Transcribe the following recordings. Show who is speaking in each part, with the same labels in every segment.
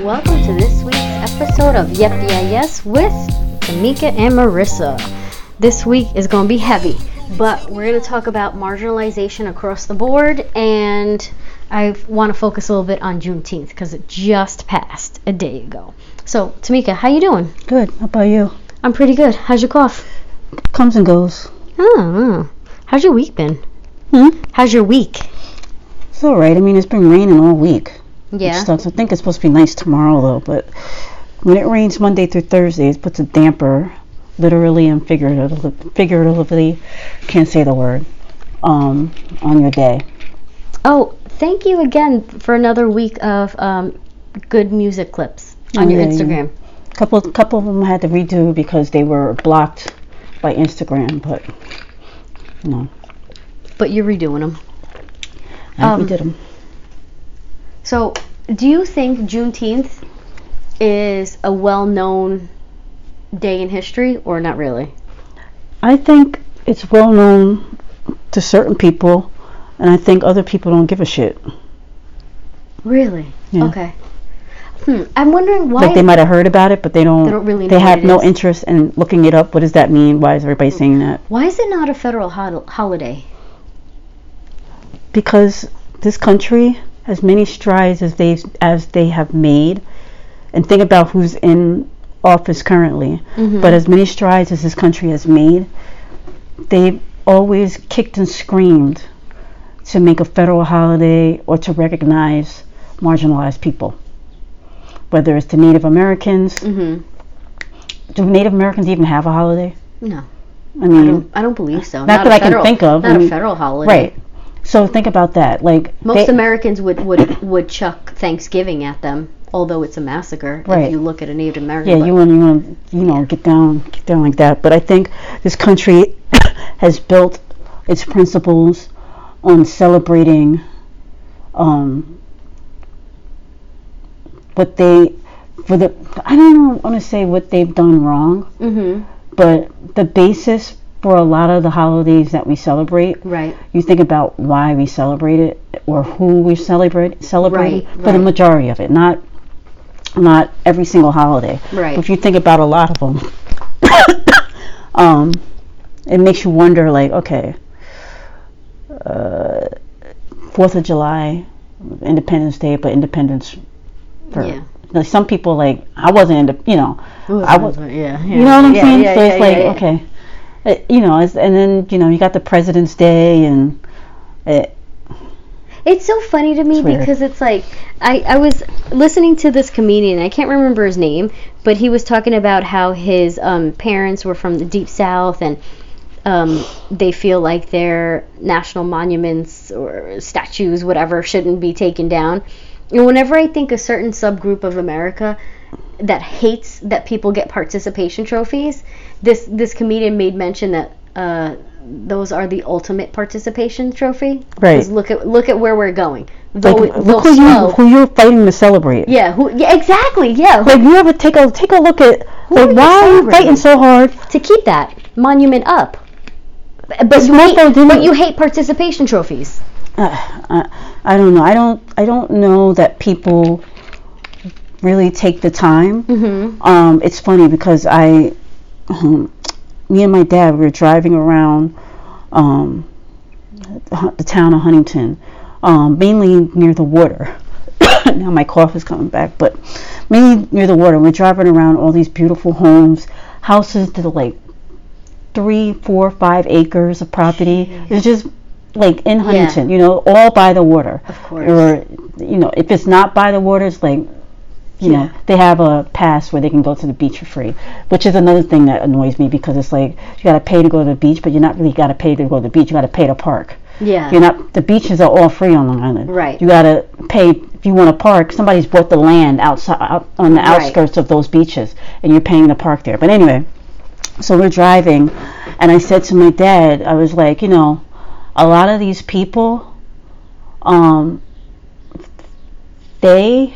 Speaker 1: Welcome to this week's episode of Yep Yeah Yes with Tamika and Marissa. This week is going to be heavy, but we're going to talk about marginalization across the board, and I want to focus a little bit on Juneteenth because it just passed a day ago. So, Tamika, how you doing?
Speaker 2: Good. How about you?
Speaker 1: I'm pretty good. How's your cough?
Speaker 2: Comes and goes.
Speaker 1: Oh, how's your week been?
Speaker 2: Hmm.
Speaker 1: How's your week?
Speaker 2: It's all right. I mean, it's been raining all week.
Speaker 1: Yeah.
Speaker 2: Which sucks. I think it's supposed to be nice tomorrow though, but when it rains Monday through Thursday, it puts a damper, literally and figuratively. Figuratively, can't say the word. Um, on your day.
Speaker 1: Oh, thank you again for another week of um, good music clips on your
Speaker 2: Yeah, yeah.
Speaker 1: Instagram.
Speaker 2: Couple, couple of them I had to redo because they were blocked by Instagram, but no,
Speaker 1: But you're redoing them.
Speaker 2: I
Speaker 1: Um,
Speaker 2: redid them.
Speaker 1: So, do you think Juneteenth is a well-known day in history, or not really?
Speaker 2: I think it's well known to certain people, and I think other people don't give a shit.
Speaker 1: Really?
Speaker 2: Yeah.
Speaker 1: Okay. Hmm. I'm wondering why.
Speaker 2: Like they might have heard about it, but they don't.
Speaker 1: They don't really
Speaker 2: They
Speaker 1: know
Speaker 2: have
Speaker 1: what it
Speaker 2: no
Speaker 1: is. Hmm.
Speaker 2: interest in looking it up. What does that mean? Why is everybody saying that?
Speaker 1: why is it not a federal hol- holiday?
Speaker 2: Because this country, as many strides as they as they have made, and think about who's in office currently.
Speaker 1: Mm-hmm.
Speaker 2: But as many strides as this country has made, they've always kicked and screamed to make a federal holiday or to recognize marginalized people, whether it's the Native Americans.
Speaker 1: Mm-hmm.
Speaker 2: Do Native Americans even have a holiday?
Speaker 1: No,
Speaker 2: I mean,
Speaker 1: I don't, I don't believe so.
Speaker 2: Mm-hmm. Not
Speaker 1: a
Speaker 2: that I can
Speaker 1: federal-
Speaker 2: think of. I
Speaker 1: Not a
Speaker 2: mean,
Speaker 1: federal holiday.
Speaker 2: Right. So think about that. Like
Speaker 1: Most
Speaker 2: they-
Speaker 1: Americans would, would would chuck Thanksgiving at them, although it's a massacre. If
Speaker 2: Right.
Speaker 1: you look at a Native American.
Speaker 2: yeah, you want you want you know get down get down like that. But I think this country has built its principles on celebrating um what they for the I don't know want to say what they've done wrong,
Speaker 1: Mm-hmm.
Speaker 2: but the basis for a lot of the holidays that we celebrate
Speaker 1: Right.
Speaker 2: you think about why we celebrate it or who we celebrate celebrate
Speaker 1: Right,
Speaker 2: for the
Speaker 1: right.
Speaker 2: majority of it, not not every single holiday.
Speaker 1: Right.
Speaker 2: If you think about a lot of them, um, it makes you wonder, like, okay, uh, Fourth of July, Independence Day, but Independence. For,
Speaker 1: Yeah.
Speaker 2: Like some people, like I wasn't, indep- you know, I was,
Speaker 1: yeah, yeah.
Speaker 2: you know what I'm
Speaker 1: yeah,
Speaker 2: saying?
Speaker 1: yeah,
Speaker 2: so it's
Speaker 1: yeah,
Speaker 2: like,
Speaker 1: yeah, yeah.
Speaker 2: okay, Uh, you know, it's, and then you know, you got the President's Day, and uh, it,
Speaker 1: It's so funny to me
Speaker 2: It's weird.
Speaker 1: because it's like I, I was listening to this comedian. I can't remember his name, but he was talking about how his um, parents were from the deep south and um, they feel like their national monuments or statues, whatever, shouldn't be taken down. And whenever I think a certain subgroup of America that hates that people get participation trophies, this this comedian made mention that uh, those are the ultimate participation trophy.
Speaker 2: Right.
Speaker 1: 'Cause Look at look at where we're going. Though,
Speaker 2: like,
Speaker 1: it- though
Speaker 2: look who you
Speaker 1: slow.
Speaker 2: who you're fighting to celebrate.
Speaker 1: yeah. Who, yeah. Exactly. Yeah. who-
Speaker 2: Like you ever take a take a look at
Speaker 1: are
Speaker 2: like
Speaker 1: you
Speaker 2: why are you
Speaker 1: celebrating?
Speaker 2: fighting so hard?
Speaker 1: to keep that monument up. But, but,
Speaker 2: This
Speaker 1: you hate,
Speaker 2: mofo didn't-
Speaker 1: but you hate participation trophies.
Speaker 2: Uh, I, I don't know. I don't I don't know that people really take the time.
Speaker 1: Mm-hmm.
Speaker 2: Um, it's funny because I, um, me and my dad, we were driving around um, the town of Huntington, um, mainly near the water. now my cough is coming back, but mainly near the water. We're driving around all these beautiful homes, houses that are like three, four, five acres of property. It's just like in Huntington, you know, all by the water.
Speaker 1: Of course.
Speaker 2: Or, you know, if it's not by the water, it's like you know they have a pass where they can go to the beach for free which is another thing that annoys me because it's like you got to pay to go to the beach but you're not really got to pay to go to the beach you got to pay to park
Speaker 1: Yeah.
Speaker 2: you're not the beaches are all free on long island
Speaker 1: Right.
Speaker 2: you got to pay if you want to park somebody's bought the land outside out on the
Speaker 1: Right.
Speaker 2: outskirts of those beaches and you're paying to park there but anyway so we're driving and i said to my dad i was like you know a lot of these people um they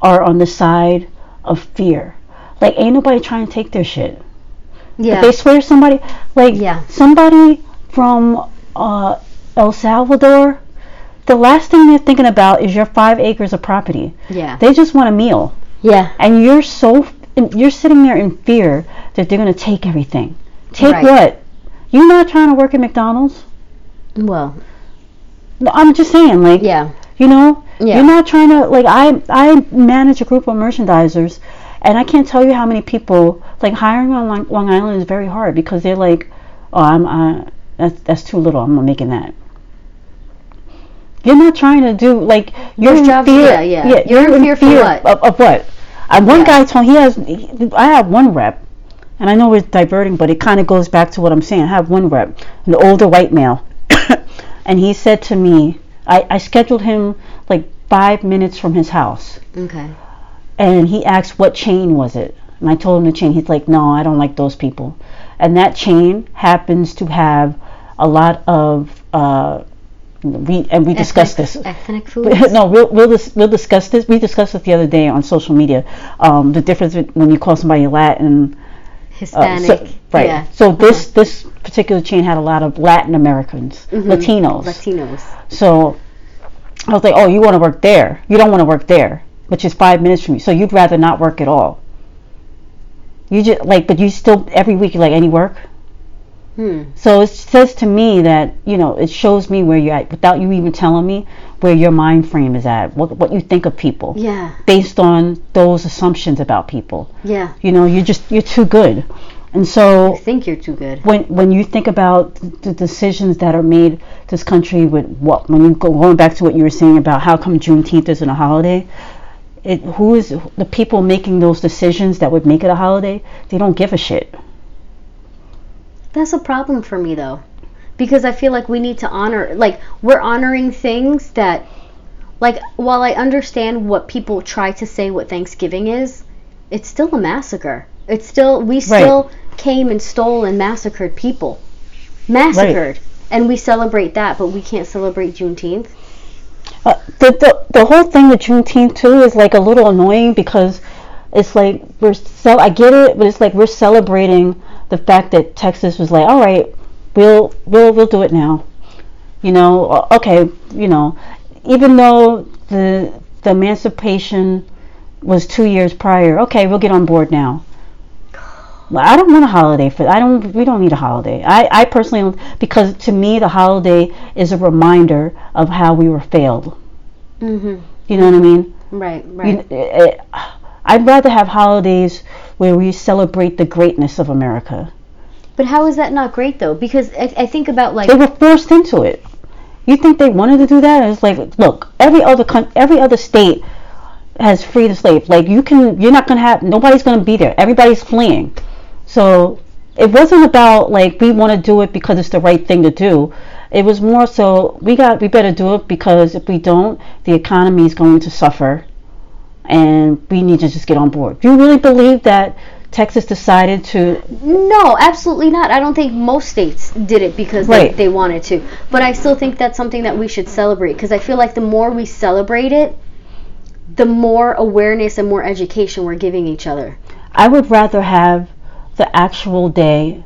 Speaker 2: are on the side of fear like ain't nobody trying to take their shit
Speaker 1: yeah.
Speaker 2: they swear somebody like
Speaker 1: Yeah.
Speaker 2: somebody from uh, El Salvador the last thing they're thinking about is your five acres of property.
Speaker 1: Yeah.
Speaker 2: They just want a meal,
Speaker 1: yeah.
Speaker 2: and you're so you're sitting there in fear that they're going to take everything. Take
Speaker 1: Right.
Speaker 2: what? You're not trying to work at McDonald's.
Speaker 1: Well,
Speaker 2: No, I'm just saying, like,
Speaker 1: yeah.
Speaker 2: you know,
Speaker 1: Yeah.
Speaker 2: you're not trying to like. I I manage a group of merchandisers, and I can't tell you how many people like hiring on Long, Long Island is very hard because they're like, oh, I'm I, that's that's too little. I'm not making that. You're not trying to do like you're
Speaker 1: Your
Speaker 2: in
Speaker 1: job-
Speaker 2: fear.
Speaker 1: yeah, yeah. You're in fear for what?
Speaker 2: Of, of what? And one
Speaker 1: Yeah.
Speaker 2: guy told he has. he- I have one rep, and I know we're diverting, but it kind of goes back to what I'm saying. I have one rep, an older white male, and he said to me, I, I scheduled him like five minutes from his house,
Speaker 1: Okay.
Speaker 2: and he asked what chain was it, and I told him the chain. He's like, no, I don't like those people, and that chain happens to have a lot of. Uh, we and we discussed
Speaker 1: Ethnic-
Speaker 2: this.
Speaker 1: Ethnic foods.
Speaker 2: No, Oh, we'll we'll, dis- we'll discuss this. We discussed it the other day on social media. Um, the difference with- when you call somebody Latin, uh,
Speaker 1: Hispanic.
Speaker 2: so- right?
Speaker 1: Yeah. Uh-huh.
Speaker 2: So this this particular chain had a lot of Latin Americans, Latinos.
Speaker 1: Mm-hmm. Latinos.
Speaker 2: so I was like, oh, you want to work there? You don't want to work there, which is five minutes from you. So you'd rather not work at all. You just like, but you still every week you're like any work.
Speaker 1: Hmm.
Speaker 2: So it says to me that you know it shows me where you're at without you even telling me where your mind frame is at, what what you think of people
Speaker 1: Yeah.
Speaker 2: based on those assumptions about people.
Speaker 1: Yeah.
Speaker 2: You know, you're just you're too good, and so
Speaker 1: I think you're too good.
Speaker 2: when when you think about the decisions that are made this country with what when you go going back to what you were saying about how come Juneteenth isn't a holiday, it who is the people making those decisions that would make it a holiday? They don't give a shit.
Speaker 1: That's a problem for me though. Because I feel like we need to honor like we're honoring things that like while I understand what people try to say what Thanksgiving is, it's still a massacre. It's still we still came and stole and massacred people. Massacred. And we celebrate that, but we can't celebrate Juneteenth.
Speaker 2: Uh, the, the the whole thing with Juneteenth too is like a little annoying because it's like we're so I get it, but it's like we're celebrating the fact that Texas was like, all right, we'll we'll we'll do it now, you know, uh, okay, you know, even though the the emancipation was two years prior, okay, we'll get on board now. Well, I don't want a holiday for I don't we don't need a holiday. I, I personally because to me the holiday is a reminder of how we were failed.
Speaker 1: Mhm.
Speaker 2: You know what I mean?
Speaker 1: Right, right.
Speaker 2: You- eh, eh, I'd rather have holidays where we celebrate the greatness of America.
Speaker 1: but how is that not great though? Because I, I think about like
Speaker 2: They were forced into it. You think they wanted to do that? It's like, look, every other coun- every other state has freed the slave. Like you can, you're not gonna have nobody's gonna be there. Everybody's fleeing. So it wasn't about like we want to do it because it's the right thing to do. It was more so we got we better do it because if we don't, the economy is going to suffer, and we need to just get on board. Do you really believe that Texas decided to
Speaker 1: No, absolutely not. I don't think most states did it because
Speaker 2: Right.
Speaker 1: they, they wanted to. But I still think that's something that we should celebrate because I feel like the more we celebrate it, the more awareness and more education we're giving each other.
Speaker 2: I would rather have the actual day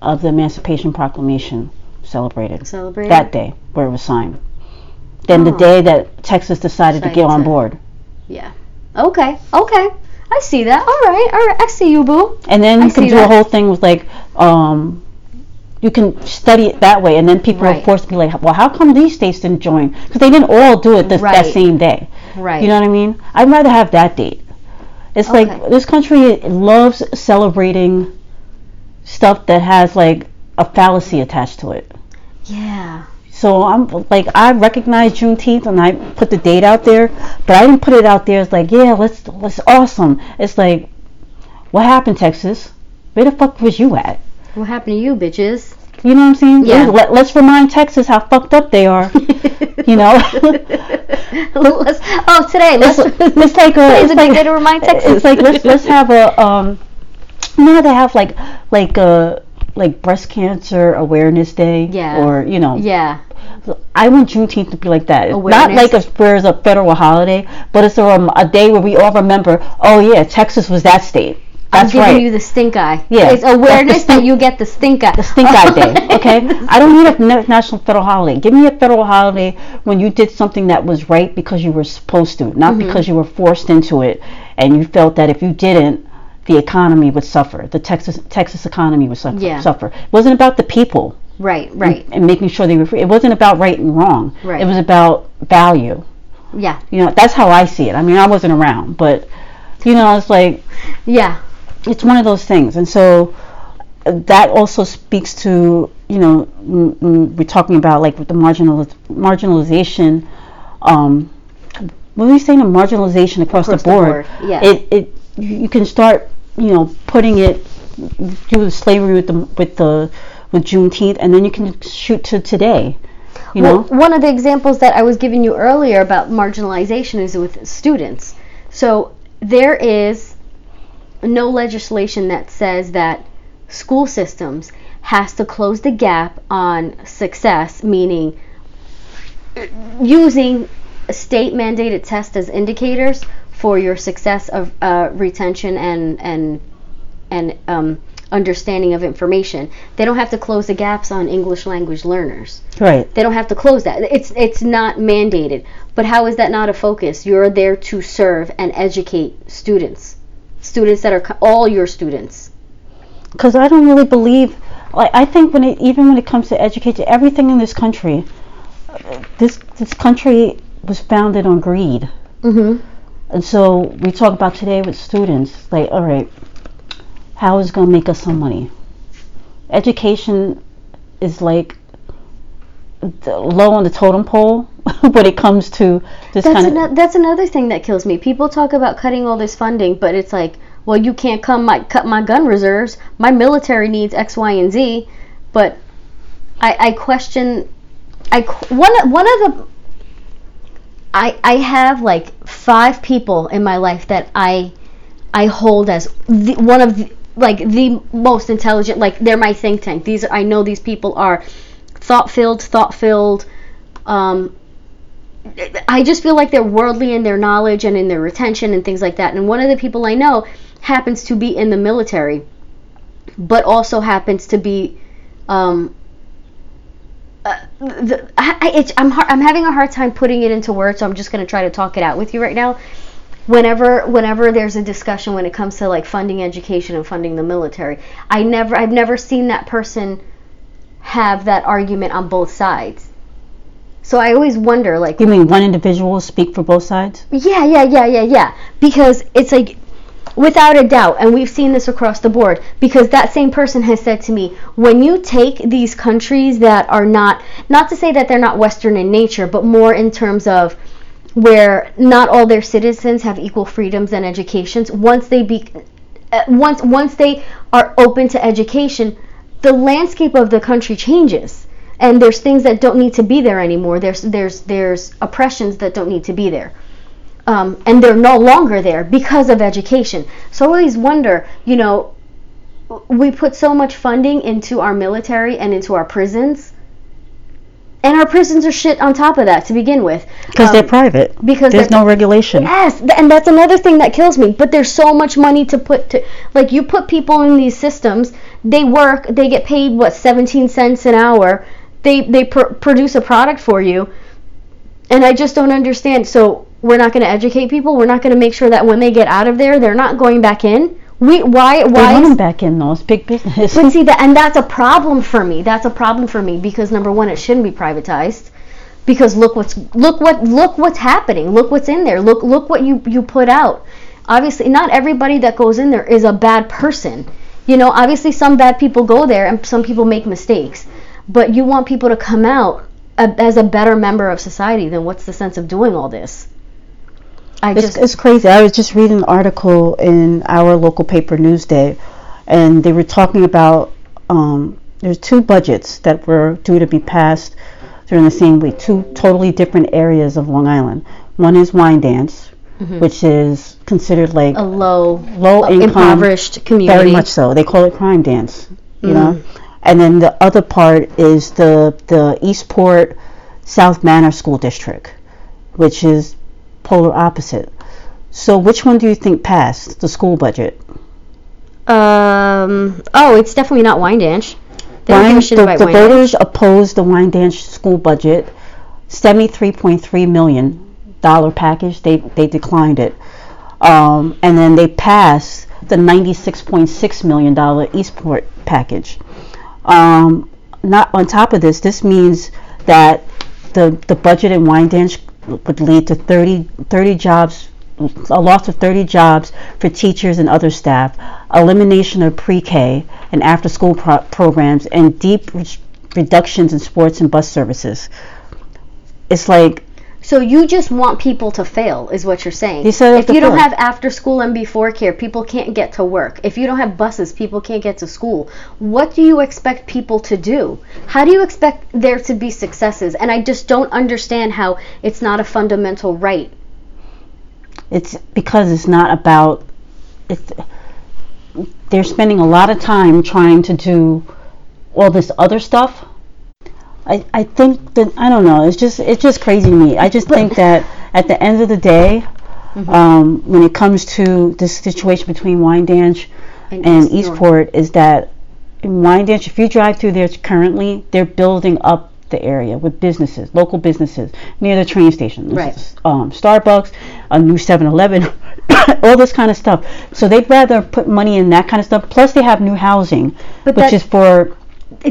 Speaker 2: of the Emancipation Proclamation celebrated
Speaker 1: Celebrate
Speaker 2: that
Speaker 1: it?
Speaker 2: day where it was signed than the
Speaker 1: Oh.
Speaker 2: day that Texas decided to
Speaker 1: Decided
Speaker 2: get on
Speaker 1: to-
Speaker 2: board.
Speaker 1: Yeah. Okay. Okay. I see that. All right. All right. I see you, boo.
Speaker 2: And then
Speaker 1: I
Speaker 2: you can
Speaker 1: see
Speaker 2: do
Speaker 1: that.
Speaker 2: a whole thing with like, um, you can study it that way, and then people
Speaker 1: Right.
Speaker 2: are forced to be like, well, how come these states didn't join? Because they didn't all do it this,
Speaker 1: Right.
Speaker 2: that same day.
Speaker 1: Right.
Speaker 2: You know what I mean? I'd rather have that date. It's
Speaker 1: Okay.
Speaker 2: like this country loves celebrating stuff that has like a fallacy attached to it.
Speaker 1: yeah.
Speaker 2: So I'm like I recognize Juneteenth and I put the date out there, but I didn't put it out there. It's like yeah, let's let's awesome. It's like what happened Texas? Where the fuck was you at?
Speaker 1: What happened to you, bitches?
Speaker 2: You know what I'm saying?
Speaker 1: Yeah.
Speaker 2: Let, let's remind Texas how fucked up they are. You know?
Speaker 1: Let's- oh, today. Let's,
Speaker 2: it's, it's like a,
Speaker 1: today's
Speaker 2: it's
Speaker 1: a good
Speaker 2: like
Speaker 1: day to remind Texas.
Speaker 2: It's like let's let's have a um you know how they have like like a like breast cancer awareness day
Speaker 1: Yeah.
Speaker 2: or you know
Speaker 1: yeah.
Speaker 2: I want Juneteenth to be like that. It's Not
Speaker 1: Awareness.
Speaker 2: like a, where it's a federal holiday, but it's a, rem- a day where we all remember, oh yeah, Texas was that state.
Speaker 1: I'm
Speaker 2: That's
Speaker 1: giving
Speaker 2: right.
Speaker 1: you the stink eye.
Speaker 2: Yeah.
Speaker 1: It's awareness
Speaker 2: That's the
Speaker 1: that you get the stink eye. The
Speaker 2: Stink Eye Day, okay? I don't need a na- national federal holiday. Give me a federal holiday when you did something that was right because you were supposed to, not
Speaker 1: Mm-hmm.
Speaker 2: because you were forced into it and you felt that if you didn't, the economy would suffer. The Texas Texas economy would suffer.
Speaker 1: Yeah.
Speaker 2: suffer. It wasn't about the people
Speaker 1: Right, right.
Speaker 2: and making sure they were free. It wasn't about right and wrong.
Speaker 1: Right.
Speaker 2: It was about value.
Speaker 1: Yeah.
Speaker 2: You know, that's how I see it. I mean, I wasn't around, but you know, it's like
Speaker 1: Yeah.
Speaker 2: it's one of those things and so uh, that also speaks to you know mm, mm, we're talking about like with the marginal marginalization um when we say the marginalization across,
Speaker 1: Across
Speaker 2: the
Speaker 1: the
Speaker 2: board,
Speaker 1: board, yeah.
Speaker 2: it it you you can start you know putting it do slavery with the with the with Juneteenth and then you can shoot to today you
Speaker 1: Well,
Speaker 2: know
Speaker 1: one of the examples that I was giving you earlier about marginalization is with students. So there is no legislation that says that school systems has to close the gap on success, meaning uh, using state mandated tests as indicators for your success of uh, retention and and and um, understanding of information. They don't have to close the gaps on English language learners
Speaker 2: right
Speaker 1: they don't have to close that. It's it's not mandated. But how is that not a focus? You're there to serve and educate students, students that are co- all your students.
Speaker 2: because I don't really believe. Like I think when it even when it comes to education, everything in this country, this this country was founded on greed,
Speaker 1: Mm-hmm.
Speaker 2: and so we talk about today with students. Like, all right, how is it gonna make us some money? Education is like the- low on the totem pole when it comes to this
Speaker 1: That's
Speaker 2: kind of
Speaker 1: ano- that's another thing that kills me. People talk about cutting all this funding, but it's like, well, you can't come my, cut my gun reserves. My military needs X, Y, and Z. But I, I question. I qu- one of- one of the. I I have like five people in my life that I I hold as the, one of the, like the most intelligent. Like they're my think tank. These are, I know these people are thought filled, thought filled. Um, I just feel like they're worldly in their knowledge and in their retention and things like that. And one of the people I know happens to be in the military, but also happens to be, um, uh, the, I, I, it's, I'm har- I'm having a hard time putting it into words, so I'm just gonna try to talk it out with you right now. Whenever whenever there's a discussion when it comes to like funding education and funding the military, I never I've never seen that person have that argument on both sides. So I always wonder like
Speaker 2: you mean one individual speak for both sides?
Speaker 1: yeah, yeah, yeah, yeah, yeah. Because it's like, without a doubt, and we've seen this across the board, because that same person has said to me, when you take these countries that are not, not to say that they're not Western in nature, but more in terms of where not all their citizens have equal freedoms and educations, once they be, uh, once once they are open to education, the landscape of the country changes. And there's things that don't need to be there anymore. There's there's there's oppressions that don't need to be there um, and they're no longer there because of education. So I always wonder, you know, w- we put so much funding into our military and into our prisons, and our prisons are shit on top of that to begin with.
Speaker 2: Because
Speaker 1: Um,
Speaker 2: they're private.
Speaker 1: because
Speaker 2: there's
Speaker 1: they're-
Speaker 2: no regulation.
Speaker 1: Yes, th- and that's another thing that kills me. But there's so much money to put to, like, you put people in these systems. They work. They get paid what 17 cents an hour. They they pr- produce a product for you, and I just don't understand. So we're not going to educate people. We're not going to make sure that when they get out of there, they're not going back in. We why
Speaker 2: They
Speaker 1: why?
Speaker 2: want
Speaker 1: is-
Speaker 2: them back in though. It's big business.
Speaker 1: but see that, and that's a problem for me. That's a problem for me because number one, it shouldn't be privatized. Because look what's look what look what's happening. Look what's in there. Look look what you you put out. Obviously, not everybody that goes in there is a bad person. You know, obviously some bad people go there and some people make mistakes. But you want people to come out a, as a better member of society. Then what's the sense of doing all this? I
Speaker 2: It's,
Speaker 1: just
Speaker 2: it's crazy. I was just reading an article in our local paper, Newsday, and they were talking about um, there's two budgets that were due to be passed during the same week, two totally different areas of Long Island. One is wine dance, which is considered like
Speaker 1: Mm-hmm. a low,
Speaker 2: low income,
Speaker 1: impoverished community.
Speaker 2: very much so. They call it crime dance, you know. And then the other part is the the Eastport South Manor School District, which is polar opposite. So which one do you think passed the school budget?
Speaker 1: Um. Oh, it's definitely not Windanch. They don't give a
Speaker 2: Wine-
Speaker 1: shit
Speaker 2: the,
Speaker 1: about
Speaker 2: the
Speaker 1: Windanch.
Speaker 2: voters opposed the wine dance school budget, seventy-three point three million dollar package. They they declined it, um, and then they passed the ninety-six point six million dollar Eastport package. Um, not on top of this, this means that the the budget in wine dance would lead to 30, 30 jobs. A loss of 30 jobs for teachers and other staff, elimination of pre-K and after-school pro- programs, and deep re- reductions in sports and bus services. It's like
Speaker 1: So you just want people to fail, is what you're saying.
Speaker 2: They set up
Speaker 1: if
Speaker 2: the
Speaker 1: you don't
Speaker 2: fail.
Speaker 1: have after school and before care, people can't get to work. If you don't have buses, people can't get to school. What do you expect people to do? How do you expect there to be successes? And I just don't understand how it's not a fundamental right.
Speaker 2: it's because it's not about it's they're spending a lot of time trying to do all this other stuff i i think that i don't know it's just it's just crazy to me i just think that at the end of the day um, when it comes to this situation between Windanch
Speaker 1: And
Speaker 2: and
Speaker 1: East North.
Speaker 2: Eastport, is that in Windanch, if you drive through there currently, they're building up the area with businesses, local businesses near the train station, There's,
Speaker 1: Right.
Speaker 2: Um, Starbucks, a new 7-Eleven, all this kind of stuff. So they'd rather put money in that kind of stuff. Plus, they have new housing,
Speaker 1: But
Speaker 2: which
Speaker 1: that-
Speaker 2: is for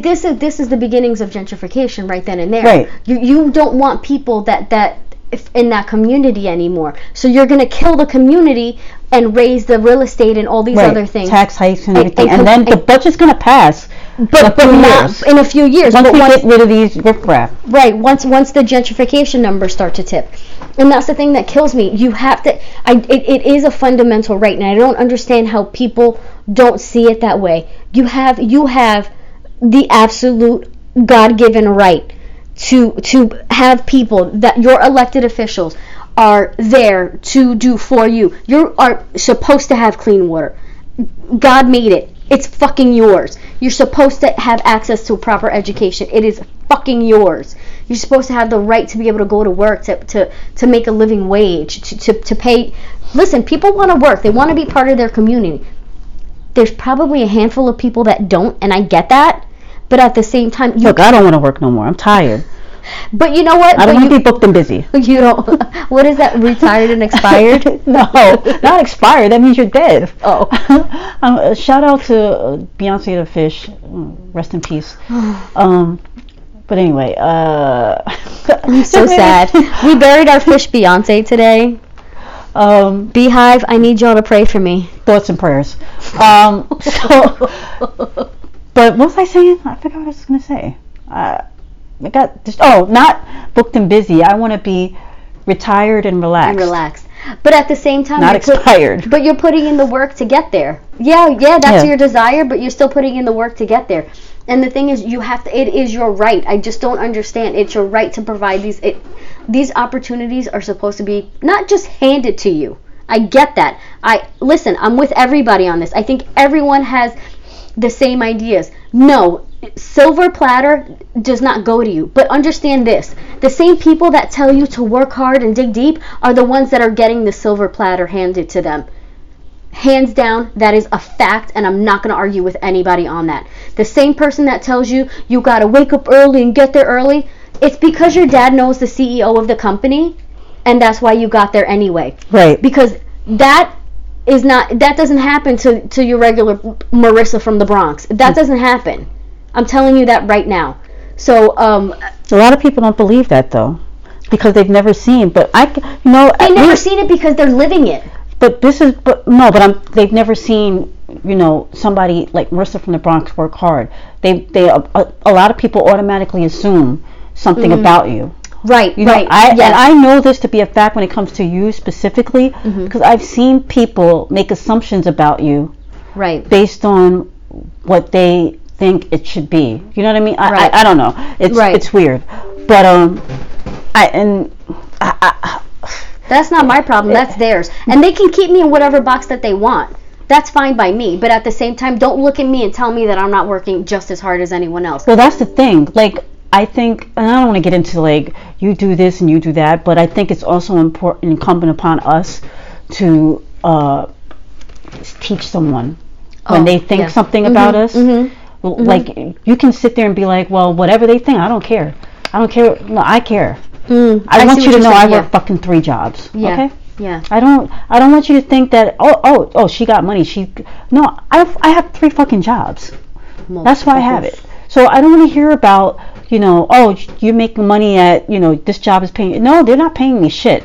Speaker 1: This is this is the beginnings of gentrification right then and there.
Speaker 2: Right.
Speaker 1: You you don't want people that that if in that community anymore. So you're going to kill the community and raise the real estate and all these
Speaker 2: right,
Speaker 1: other things.
Speaker 2: tax hikes and
Speaker 1: And-
Speaker 2: everything.
Speaker 1: and
Speaker 2: And,
Speaker 1: com-
Speaker 2: then the
Speaker 1: and-
Speaker 2: budget's gonna pass, in a
Speaker 1: but, but
Speaker 2: few
Speaker 1: not
Speaker 2: years.
Speaker 1: in a few years.
Speaker 2: once
Speaker 1: but
Speaker 2: we
Speaker 1: once-
Speaker 2: get rid of these riffraff.
Speaker 1: right, once once the gentrification numbers start to tip, and that's the thing that kills me. You have to. I it, it is a fundamental right, and I don't understand how people don't see it that way. You have you have the absolute God given right to to have people that your elected officials are there to do for you. You are supposed to have clean water. God made it. It's fucking yours. You're supposed to have access to proper education. It is fucking yours. You're supposed to have the right to be able to go to work, to, to, to make a living wage, to, to, to pay. Listen, people want to work, they want to be part of their community. There's probably a handful of people that don't, and I get that. But at the same time, you,
Speaker 2: Look, I don't want to work no more. I'm tired.
Speaker 1: but you know what?
Speaker 2: I don't
Speaker 1: But
Speaker 2: want
Speaker 1: you,
Speaker 2: to be booked and busy.
Speaker 1: you don't. What is that? Retired and expired?
Speaker 2: no, not expired. That means you're dead.
Speaker 1: Oh.
Speaker 2: um, uh, shout out to uh, Beyonce the Fish. Mm, Rest in peace. um, but anyway, uh,
Speaker 1: So sad. We buried our fish Beyonce today.
Speaker 2: um,
Speaker 1: Beehive, I need y'all to pray for me.
Speaker 2: thoughts and prayers. Um, so, but what was I saying? I forgot what I was going to say. Uh, I got dis- oh, not booked and busy. I want to be retired and relaxed.
Speaker 1: and relaxed. But at the same time,
Speaker 2: Not
Speaker 1: you're put-
Speaker 2: expired.
Speaker 1: but you're putting in the work to get there. Yeah, yeah, that's
Speaker 2: Yeah.
Speaker 1: your desire, but you're still putting in the work to get there. And the thing is, you have to. It is your right. I just don't understand. It's your right to provide these. It, these opportunities are supposed to be not just handed to you. I get that. I listen. I'm with everybody on this. I think everyone has the same ideas. No, silver platter does not go to you. But understand this the same people that tell you to work hard and dig deep are the ones that are getting the silver platter handed to them. Hands down, that is a fact, and I'm not going to argue with anybody on that. The same person that tells you you got to wake up early and get there early, it's because your dad knows the CEO of the company, and that's why you got there anyway
Speaker 2: Right.
Speaker 1: because that is not that doesn't happen to to your regular Marissa from the Bronx.
Speaker 2: Hmm.
Speaker 1: That doesn't happen. I'm telling you that right now. So um,
Speaker 2: A lot of people don't believe that though, because they've never seen. But I, c- you know,
Speaker 1: they
Speaker 2: at
Speaker 1: never
Speaker 2: least-
Speaker 1: seen it because they're living it.
Speaker 2: but this is, but no, but I'm. They've never seen, you know, somebody like Marissa from the Bronx work hard. They, they, a, a, a lot of people automatically assume something about you.
Speaker 1: Right.
Speaker 2: You know,
Speaker 1: Mm-hmm. right.
Speaker 2: I,
Speaker 1: yes.
Speaker 2: And I know this to be a fact when it comes to you specifically,
Speaker 1: Mm-hmm.
Speaker 2: because I've seen people make assumptions about you
Speaker 1: right.
Speaker 2: based on what they think it should be. You know what I mean? I,
Speaker 1: Right.
Speaker 2: I, I don't know. It's
Speaker 1: Right.
Speaker 2: it's weird, but um, I and I, I
Speaker 1: That's not my problem. That's theirs. And they can keep me in whatever box that they want. That's fine by me. But at the same time, don't look at me and tell me that I'm not working just as hard as anyone else.
Speaker 2: well, that's the thing. Like I think, and I don't want to get into like you do this and you do that, but I think it's also important incumbent upon us to uh, teach someone when
Speaker 1: Oh,
Speaker 2: they think
Speaker 1: yeah.
Speaker 2: something about us.
Speaker 1: Mhm.
Speaker 2: L- Like you can sit there and be like, well, whatever they think, I don't care. I don't care. No, I care.
Speaker 1: Mm,
Speaker 2: I,
Speaker 1: see what
Speaker 2: want you to
Speaker 1: you're
Speaker 2: know I
Speaker 1: saying,
Speaker 2: work fucking three jobs.
Speaker 1: Yeah.
Speaker 2: Okay.
Speaker 1: Yeah.
Speaker 2: I don't. I don't want you to think that. Oh, oh, oh. She got money. She. No, I. I have three fucking jobs.
Speaker 1: yeah.
Speaker 2: That's why I have it. So I don't want to hear about, you know, oh, you're making money at, you know, this job is paying. you. No, they're not paying me shit.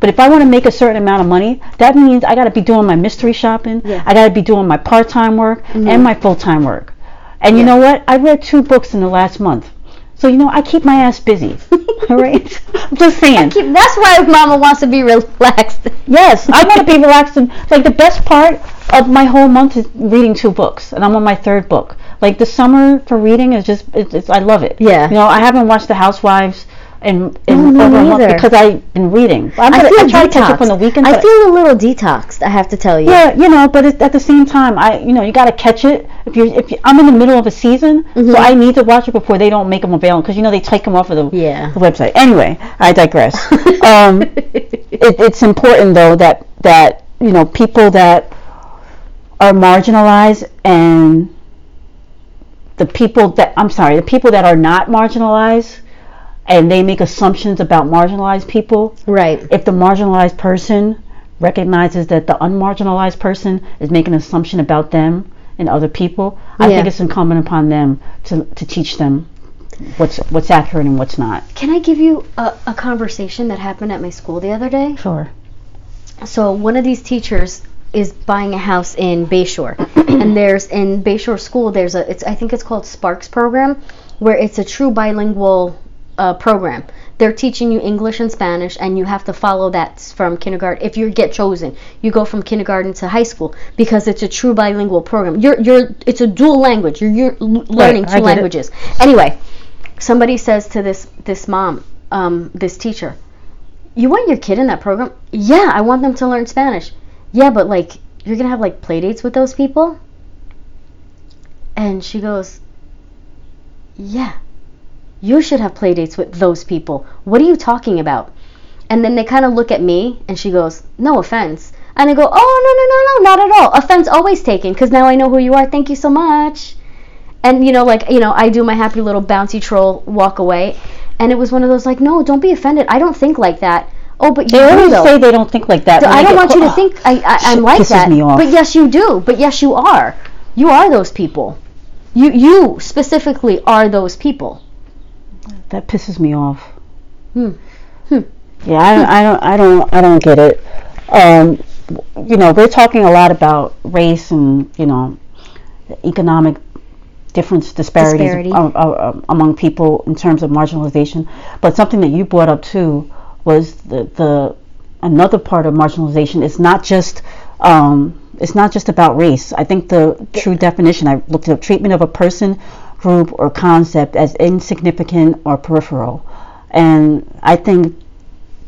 Speaker 2: But if I want to make a certain amount of money, that means I got to be doing my mystery shopping.
Speaker 1: Yeah. Mm-hmm.
Speaker 2: I got to be doing my part-time work and my full-time work. And you know what? I read two books in the last month. So you know, I keep my ass busy. All right? I'm just saying.
Speaker 1: Keep- That's why Mama wants to be relaxed.
Speaker 2: yes, I want to be relaxed and like the best part of my whole month is reading two books, and I'm on my third book. Like the summer for reading is just it's, it's I love it.
Speaker 1: Yeah. Oh,
Speaker 2: You know, I haven't watched The Housewives in,
Speaker 1: No,
Speaker 2: in
Speaker 1: me
Speaker 2: over a month
Speaker 1: neither.
Speaker 2: because I've been reading. I'm
Speaker 1: I
Speaker 2: gonna-
Speaker 1: feel
Speaker 2: I try to catch up
Speaker 1: detoxed.
Speaker 2: on the weekends.
Speaker 1: I
Speaker 2: but-
Speaker 1: feel a little detoxed. I have to tell you.
Speaker 2: yeah, you know, but it, at the same time, I you know you got to catch it. If you if you, I'm in the middle of a season, so I need to watch it before they don't make them available because you know they take them off of the
Speaker 1: Yeah.
Speaker 2: the website. Anyway, I digress. um, it, it's important though that that you know people that are marginalized and the people that I'm sorry, the people that are not marginalized and they make assumptions about marginalized people.
Speaker 1: Right.
Speaker 2: If the marginalized person recognizes that the unmarginalized person is making an assumption about them and other people, I
Speaker 1: Yeah.
Speaker 2: think it's incumbent upon them to, to teach them what's what's accurate and what's not.
Speaker 1: Can I give you a, a conversation that happened at my school the other day?
Speaker 2: Sure.
Speaker 1: So one of these teachers is buying a house in Bayshore, and there's in Bayshore School there's a it's I think it's called Sparks program, where it's a true bilingual uh, program. They're teaching you English and Spanish, and you have to follow that s- from kindergarten. If you get chosen, you go from kindergarten to high school because it's a true bilingual program. You're you're it's a dual language. You're you're l- learning
Speaker 2: I
Speaker 1: two
Speaker 2: get it.
Speaker 1: languages. Anyway, somebody says to this this mom, um, this teacher, you want your kid in that program? Yeah, I want them to learn Spanish. Yeah, but like you're gonna have like play dates with those people? And she goes, Yeah. You should have play dates with those people. What are you talking about? And then they kinda look at me and she goes, No offense. And I go, Oh no no no no, not at all. Offense always taken, because now I know who you are. Thank you so much and you know like you know i do my happy little bouncy troll walk away and it was one of those like no don't be offended i don't think like that oh but you
Speaker 2: They
Speaker 1: do
Speaker 2: always
Speaker 1: though
Speaker 2: say they don't think like that.
Speaker 1: So
Speaker 2: when
Speaker 1: i
Speaker 2: they
Speaker 1: don't
Speaker 2: get
Speaker 1: want
Speaker 2: put-
Speaker 1: you to
Speaker 2: Ugh.
Speaker 1: think I, I, i'm
Speaker 2: Shit
Speaker 1: like
Speaker 2: pisses
Speaker 1: that
Speaker 2: me off.
Speaker 1: but yes you do but yes you are you are those people you you specifically are those people
Speaker 2: That pisses me off.
Speaker 1: Hmm. Hmm.
Speaker 2: Yeah, I, I don't, I don't, I don't get it. Um, w- you know, we're talking a lot about race and you know, economic difference disparities
Speaker 1: Disparity.
Speaker 2: a- a- a- among people in terms of marginalization. But something that you brought up too was the, the another part of marginalization is not just um, it's not just about race. I think the true definition I looked it up treatment of a person, group, or concept as insignificant or peripheral, and I think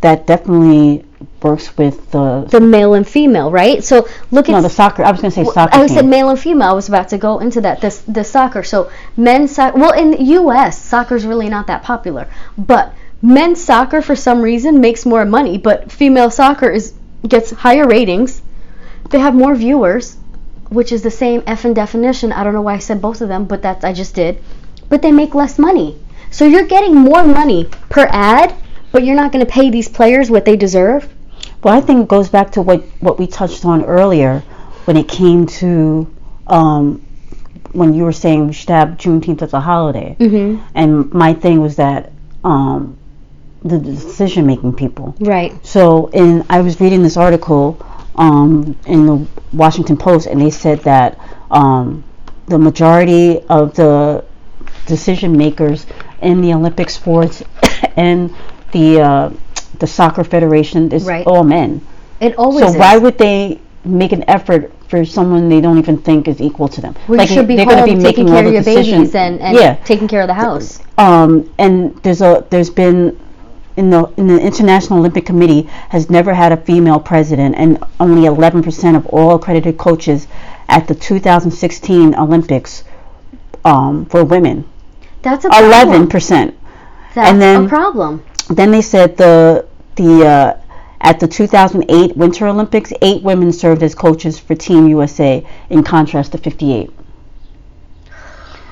Speaker 2: that definitely works with the
Speaker 1: the male and female right so look at
Speaker 2: no the soccer. I was going to say soccer.
Speaker 1: I said
Speaker 2: team.
Speaker 1: male and female. I was about to go into that. This the soccer. So men's soccer. Well, in the U.S., soccer's really not that popular. But men's soccer, for some reason, makes more money. But female soccer is gets higher ratings. They have more viewers, which is the same effing definition. I don't know why I said both of them, but that's I just did. But they make less money. So you're getting more money per ad, but you're not going to pay these players what they deserve.
Speaker 2: Well, I think it goes back to what, what we touched on earlier when it came to um, when you were saying we should have Juneteenth as a holiday.
Speaker 1: Mm-hmm.
Speaker 2: And my thing was that um, the decision making people.
Speaker 1: Right.
Speaker 2: So, in I was reading this article um, in the Washington Post, and they said that um, the majority of the decision makers in the Olympic sports and the uh, the soccer federation is
Speaker 1: Right.
Speaker 2: all men.
Speaker 1: It always.
Speaker 2: So
Speaker 1: is.
Speaker 2: why would they make an effort for someone they don't even think is equal to them?
Speaker 1: Well, you should be
Speaker 2: they're
Speaker 1: home
Speaker 2: gonna
Speaker 1: taking
Speaker 2: all
Speaker 1: care
Speaker 2: the
Speaker 1: of your
Speaker 2: decisions.
Speaker 1: babies and, and
Speaker 2: yeah,
Speaker 1: taking care of the house.
Speaker 2: um, and there's a there's been in the in the International Olympic Committee has never had a female president, and only 11% of all accredited coaches at the 2016 Olympics um, were women.
Speaker 1: That's a problem.
Speaker 2: 11%.
Speaker 1: That's
Speaker 2: and then-
Speaker 1: a problem.
Speaker 2: Then they said the the uh, At the 2008 Winter Olympics, eight women served as coaches for Team USA, in contrast to 58.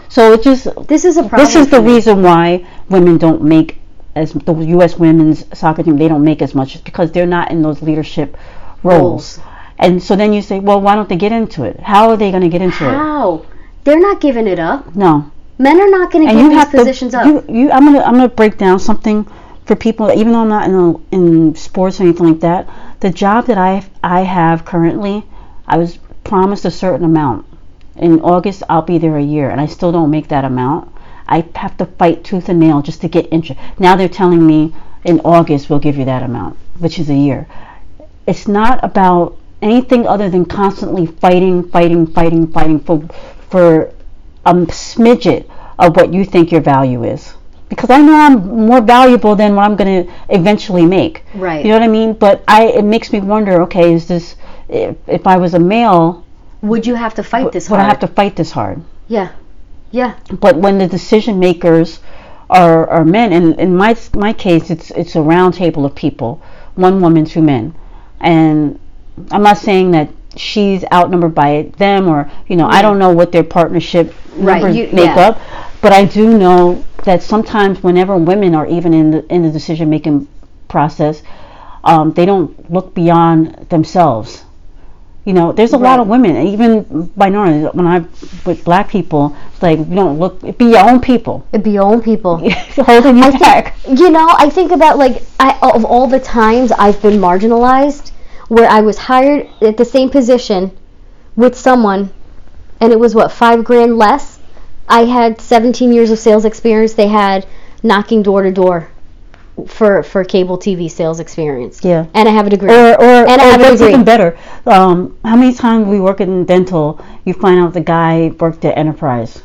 Speaker 2: So it just
Speaker 1: This is a problem.
Speaker 2: this is the
Speaker 1: for me.
Speaker 2: reason why women don't make as the U.S. women's soccer team they don't make as much is because they're not in those leadership roles.
Speaker 1: Roles.
Speaker 2: And so then you say, well, why don't they get into it? How are they going to get into
Speaker 1: How? They're not giving it up.
Speaker 2: it? No,
Speaker 1: Men are not going to
Speaker 2: and
Speaker 1: give
Speaker 2: you
Speaker 1: these
Speaker 2: have
Speaker 1: positions
Speaker 2: to.
Speaker 1: up.
Speaker 2: You, you, I'm gonna, I'm gonna break down something for people. Even though I'm not in the, in sports or anything like that, the job that I I have currently, I was promised a certain amount. In August, I'll be there a year, and I still don't make that amount. I have to fight tooth and nail just to get interest. Now they're telling me in August we'll give you that amount, which is a year. It's not about anything other than constantly fighting, fighting, fighting, fighting for for a smidget of what you think your value is. Because I know I'm more valuable than what I'm going to eventually make.
Speaker 1: right.
Speaker 2: You know what I mean? But I it makes me wonder. Okay, is this if, if I was a male,
Speaker 1: Would you have to fight this
Speaker 2: would
Speaker 1: hard?
Speaker 2: I have to fight this hard?
Speaker 1: yeah. Yeah.
Speaker 2: But when the decision makers are, are men, and in my my case, it's it's a round table of people, one woman, two men, and I'm not saying that she's outnumbered by them or you know I don't know what their partnership
Speaker 1: Right,
Speaker 2: numbers
Speaker 1: you-
Speaker 2: make
Speaker 1: yeah.
Speaker 2: up, but I do know that sometimes whenever women are even in the in the decision making process, um, they don't look beyond themselves. You know, there's a lot of women, and even minorities. When I with black people, it's like you don't look be your own people
Speaker 1: It'd be your own people.
Speaker 2: holding you back.
Speaker 1: You know, I think about like I, of all the times I've been marginalized, where I was hired at the same position with someone, and it was what five grand less. I had 17 years of sales experience. They had knocking door to door for for cable TV sales experience.
Speaker 2: Yeah.
Speaker 1: and I have a degree.
Speaker 2: Or, or,
Speaker 1: And I
Speaker 2: or
Speaker 1: have a
Speaker 2: what's
Speaker 1: degree.
Speaker 2: even better, um, how many times we work in dental, you find out the guy worked at Enterprise.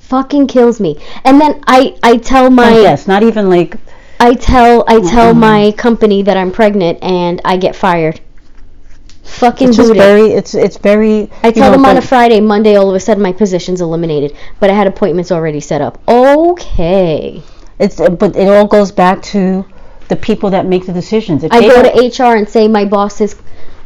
Speaker 1: Fucking kills me. And then I I tell my
Speaker 2: Oh, yes, Mm-hmm. not even like
Speaker 1: I tell I tell my company that I'm pregnant and I get fired. Fucking
Speaker 2: it's just
Speaker 1: booted.
Speaker 2: very. It's it's very.
Speaker 1: I
Speaker 2: you
Speaker 1: tell
Speaker 2: know,
Speaker 1: them on a
Speaker 2: the-
Speaker 1: Friday, Monday all of a sudden my position's eliminated, but I had appointments already set up. Okay.
Speaker 2: It's but it all goes back to the people that make the decisions. If
Speaker 1: I
Speaker 2: they
Speaker 1: go
Speaker 2: don't-
Speaker 1: to HR and say my boss is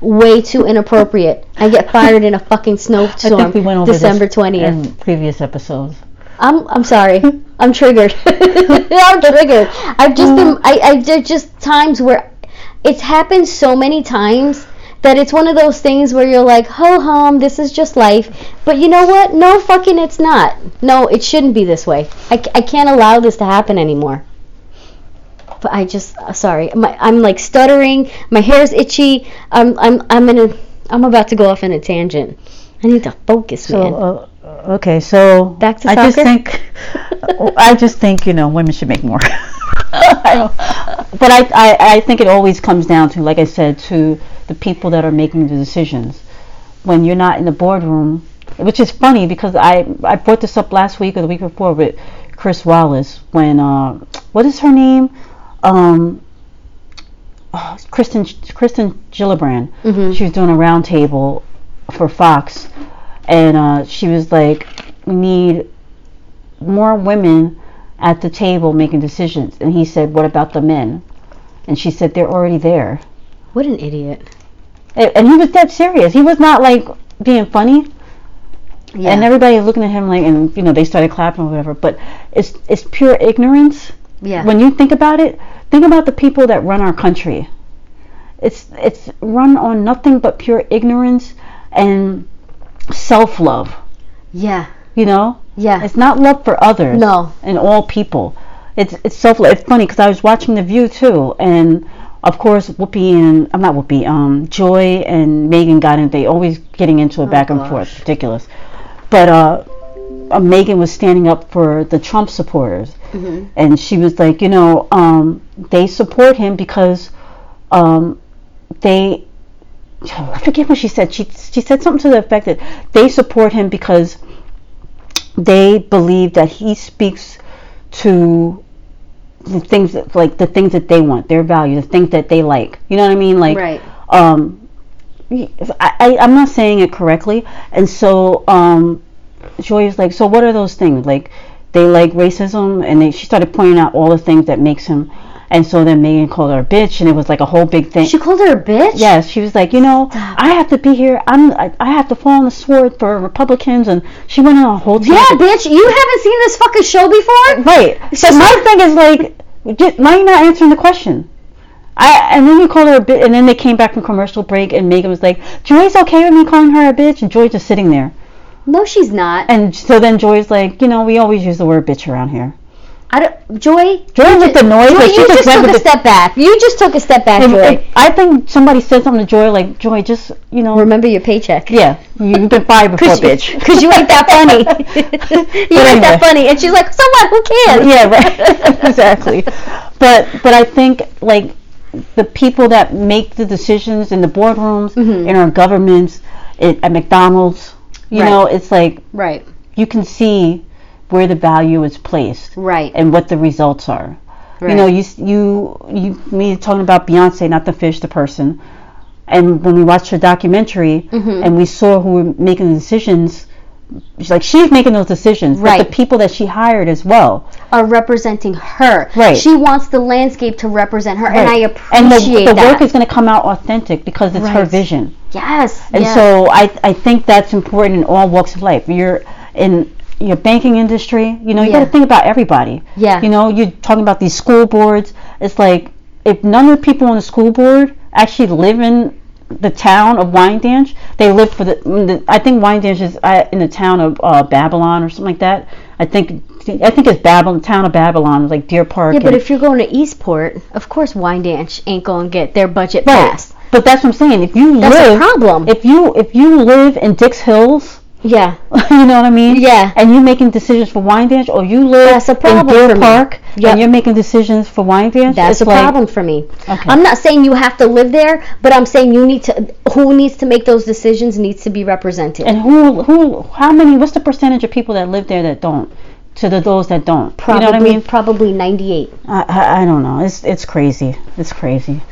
Speaker 1: way too inappropriate. I get fired in a fucking
Speaker 2: I
Speaker 1: snowstorm
Speaker 2: think we went over this
Speaker 1: December 20th.
Speaker 2: in previous episodes.
Speaker 1: I'm I'm sorry. I'm triggered. I'm triggered. I've just been I, I there's just times where it's happened so many times that it's one of those things where you're like, ho hum, this is just life. But you know what? No fucking it's not. No, it shouldn't be this way. I, c- I can't allow this to happen anymore. But I just uh, sorry. My, I'm like stuttering. My hair's itchy. I'm I'm I'm in a I'm about to go off in a tangent. I need to focus, man.
Speaker 2: So uh, okay, so
Speaker 1: Back to
Speaker 2: I just
Speaker 1: soccer?
Speaker 2: think I just think you know women should make more. I don't- but I, I I think it always comes down to like I said to the people that are making the decisions. When you're not in the boardroom, which is funny because I I brought this up last week or the week before with Chris Wallace when uh, what is her name um. oh, Kristen Kristen Gillibrand. She was doing a roundtable for Fox, and uh, she was like, "We need more women at the table making decisions." And he said, "What about the men?" And she said, "They're already there."
Speaker 1: what an idiot.
Speaker 2: And and he was dead serious. He was not like being funny.
Speaker 1: Yeah.
Speaker 2: And everybody looking at him like, and you know, they started clapping or whatever. But it's it's pure ignorance.
Speaker 1: yeah.
Speaker 2: When you think about it, think about the people that run our country. It's it's run on nothing but pure ignorance and self-love.
Speaker 1: Yeah,
Speaker 2: You know,
Speaker 1: yeah.
Speaker 2: it's not love for others.
Speaker 1: No.
Speaker 2: and all people. It's it's self-love. It's funny because I was watching The View too, and of course Whoopi and I'm not Whoopi. Um, Joy and Megan got in. They always getting into it back and
Speaker 1: gosh.
Speaker 2: forth. Ridiculous. But uh, uh, Megan was standing up for the Trump supporters, and she was like, you know, um, they support him because um, they. I forget what she said. She she said something to the effect that they support him because they believe that he speaks to the things that, like the things that they want, their value, the things that they like. You know what I mean? Like
Speaker 1: right.
Speaker 2: um, I, I, I'm not saying it correctly. And so um, Joy is like, so what are those things? Like, they like racism, and they, she started pointing out all the things that makes him. And so then Megan called her a bitch, and it was like a whole big thing.
Speaker 1: She called her a bitch?
Speaker 2: Yes, she was like, you know,
Speaker 1: Ah.
Speaker 2: I have to be here. I'm, I, I have to fall on the sword for Republicans, and she went on a whole
Speaker 1: Yeah,
Speaker 2: tangent.
Speaker 1: bitch, you haven't seen this fucking show before?
Speaker 2: Right. So
Speaker 1: She's
Speaker 2: my
Speaker 1: like-
Speaker 2: thing is like, di- why are you not answering the question? I and then you called her a bitch, and then they came back from commercial break, and Megan was like, "Joy's okay with me calling her a bitch," and Joy's just sitting there.
Speaker 1: No, she's not.
Speaker 2: And so then Joy's like, "You know, we always use the word bitch around here."
Speaker 1: I don't, Joy,
Speaker 2: Joy with the noise,
Speaker 1: Joy,
Speaker 2: like, she
Speaker 1: you
Speaker 2: just
Speaker 1: just, took
Speaker 2: went
Speaker 1: a
Speaker 2: with the-
Speaker 1: step back. You just took a step back,
Speaker 2: And- and
Speaker 1: Joy.
Speaker 2: I think somebody said something to Joy, like, "Joy, just you know,
Speaker 1: Remember your paycheck.
Speaker 2: yeah, you've been fired before, bitch."
Speaker 1: Because you ain't that funny. you ain't
Speaker 2: anyway.
Speaker 1: that funny. And she's like, so what? Who cares?
Speaker 2: yeah, right. exactly. But but I think like the people that make the decisions in the boardrooms, in our governments, it, at McDonald's,
Speaker 1: Mm-hmm.
Speaker 2: you
Speaker 1: Right.
Speaker 2: know, it's like
Speaker 1: Right,
Speaker 2: you can see where the value is placed
Speaker 1: right.
Speaker 2: and what the results are.
Speaker 1: right.
Speaker 2: You know, you s- you you me talking about Beyonce, not the fish, the person. And when we watched her documentary
Speaker 1: Mm-hmm.
Speaker 2: and we saw who were making the decisions, she's like she's making those decisions, but
Speaker 1: Right.
Speaker 2: the people that she hired as well.
Speaker 1: are representing her.
Speaker 2: Right.
Speaker 1: She wants the landscape to represent her, and I appreciate
Speaker 2: And the, the
Speaker 1: that.
Speaker 2: work is going to come out authentic because it's her
Speaker 1: Right.
Speaker 2: vision.
Speaker 1: yes.
Speaker 2: And
Speaker 1: yes.
Speaker 2: so I, I think that's important in all walks of life. You're in your banking industry, you know, you got
Speaker 1: Yeah.
Speaker 2: to think about everybody.
Speaker 1: Yeah.
Speaker 2: You know, you're talking about these school boards. It's like if none of the people on the school board actually live in the town of Wyandanch, they live for the, mm, the I think Wyandanch is uh, in the town of uh, Babylon or something like that. I think I think it's Babylon, town of Babylon, like Deer Park.
Speaker 1: yeah, but
Speaker 2: and-
Speaker 1: if you're going to Eastport, of course Windanch ain't going to get their budget
Speaker 2: Right.
Speaker 1: passed.
Speaker 2: Oh, But that's what I'm saying. If you
Speaker 1: That's
Speaker 2: live,
Speaker 1: a problem.
Speaker 2: if you if you live in Dix Hills,
Speaker 1: yeah.
Speaker 2: you know what I mean?
Speaker 1: Yeah.
Speaker 2: And you're making decisions for Wine Dance, or you live
Speaker 1: That's a
Speaker 2: in
Speaker 1: problem
Speaker 2: Deer
Speaker 1: for me.
Speaker 2: Park,
Speaker 1: Yep.
Speaker 2: and you're making decisions for Wine Dance.
Speaker 1: That's
Speaker 2: it's
Speaker 1: a
Speaker 2: like,
Speaker 1: problem for me.
Speaker 2: Okay.
Speaker 1: I'm not saying you have to live there, but I'm saying you need to. Who needs to make those decisions needs to be represented.
Speaker 2: And who who how many? What's the percentage of people that live there that don't? To the those that don't,
Speaker 1: probably,
Speaker 2: you know what I mean?
Speaker 1: Probably 98.
Speaker 2: I, I I don't know. It's it's crazy. It's crazy.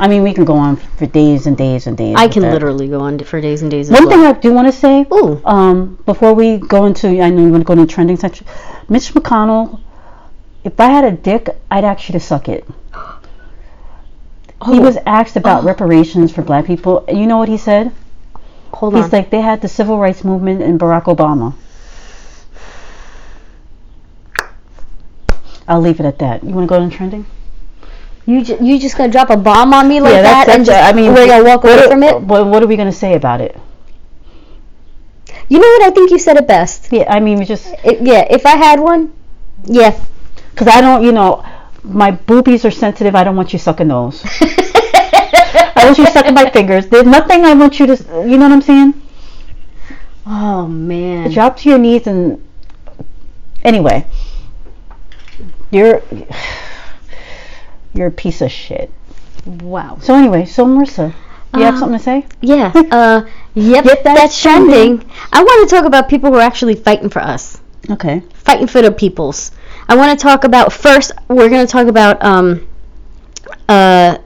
Speaker 2: I mean, we can go on for days and days and days.
Speaker 1: I
Speaker 2: with
Speaker 1: can
Speaker 2: that.
Speaker 1: literally go on for days and days. Oh,
Speaker 2: One thing I do want to say.
Speaker 1: Ooh.
Speaker 2: Um, before we go into, I know you want to go into the trending section. Mitch McConnell. If I had a dick, I'd ask you to suck it. He was asked about reparations for black people. and You know what he said?
Speaker 1: Hold
Speaker 2: He's
Speaker 1: on.
Speaker 2: like, they had the civil rights movement and Barack Obama. I'll leave it at that. You want to go into trending?
Speaker 1: you, ju- you just going to drop a bomb on me like
Speaker 2: Yeah,
Speaker 1: that?
Speaker 2: that's-
Speaker 1: and
Speaker 2: that's-
Speaker 1: just,
Speaker 2: I mean,
Speaker 1: we're going to walk away
Speaker 2: What-
Speaker 1: from it?
Speaker 2: What, what are we going to say about it?
Speaker 1: You know what? I think you said it best.
Speaker 2: Yeah, I mean, we just
Speaker 1: It, yeah, if I had one, yeah.
Speaker 2: Because I don't, you know, my boobies are sensitive. I don't want you sucking those. I want you sucking my fingers. There's nothing I want you to, you know what I'm saying?
Speaker 1: Oh man.
Speaker 2: Drop to your knees and, anyway, you're, you're a piece of shit.
Speaker 1: Wow.
Speaker 2: So anyway, so Marissa, you have
Speaker 1: Um,
Speaker 2: something to say?
Speaker 1: Yeah. Uh. Yep.
Speaker 2: Yep, that's
Speaker 1: that's, trending. I want to talk about people who are actually fighting for us,
Speaker 2: Okay.
Speaker 1: fighting for the peoples. I want to talk about first. We're going to talk about um. Uh.